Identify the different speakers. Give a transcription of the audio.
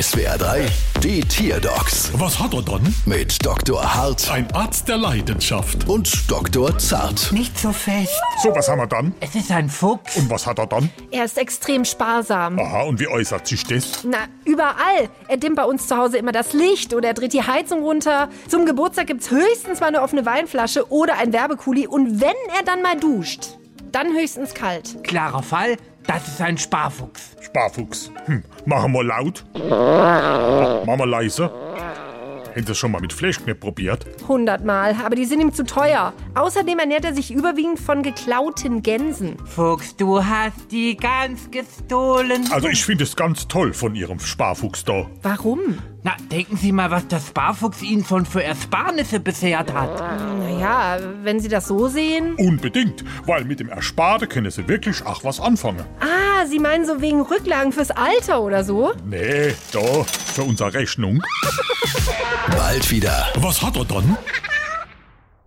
Speaker 1: SWR 3, die Tierdocs
Speaker 2: Was hat er dann?
Speaker 1: mit Dr. Hart
Speaker 2: Ein Arzt der Leidenschaft.
Speaker 1: und Dr. Zart.
Speaker 3: Nicht so fest.
Speaker 2: So, was haben wir dann?
Speaker 3: Es ist ein Fuchs.
Speaker 2: Und was hat er dann?
Speaker 4: Er ist extrem sparsam.
Speaker 2: Aha, und wie äußert sich das?
Speaker 4: Na, überall. Er dimmt bei uns zu Hause immer das Licht oder er dreht die Heizung runter. Zum Geburtstag gibt's höchstens mal eine offene Weinflasche oder ein Werbekuli. Und wenn er dann mal duscht, dann höchstens kalt.
Speaker 3: Klarer Fall, das ist ein Sparfuchs.
Speaker 2: Sparfuchs. Hm, machen wir laut. Ah, Machen wir leise. Hätten Sie es schon mal mit Fleischknepp probiert?
Speaker 4: Hundertmal. Aber die sind ihm zu teuer. Außerdem ernährt er sich überwiegend von geklauten Gänsen.
Speaker 3: Fuchs, du hast die Gans gestohlen.
Speaker 2: Also, ich finde es ganz toll von Ihrem Sparfuchs da.
Speaker 4: Warum?
Speaker 3: Na, denken Sie mal, was der Sparfuchs Ihnen schon für Ersparnisse beschert hat.
Speaker 4: Naja, wenn Sie das so sehen.
Speaker 2: Unbedingt, weil mit dem Ersparte können Sie wirklich ach was anfangen.
Speaker 4: Ah, Sie meinen so wegen Rücklagen fürs Alter oder so?
Speaker 2: Nee, da, für unsere Rechnung.
Speaker 1: Bald wieder.
Speaker 2: Was hat er dann?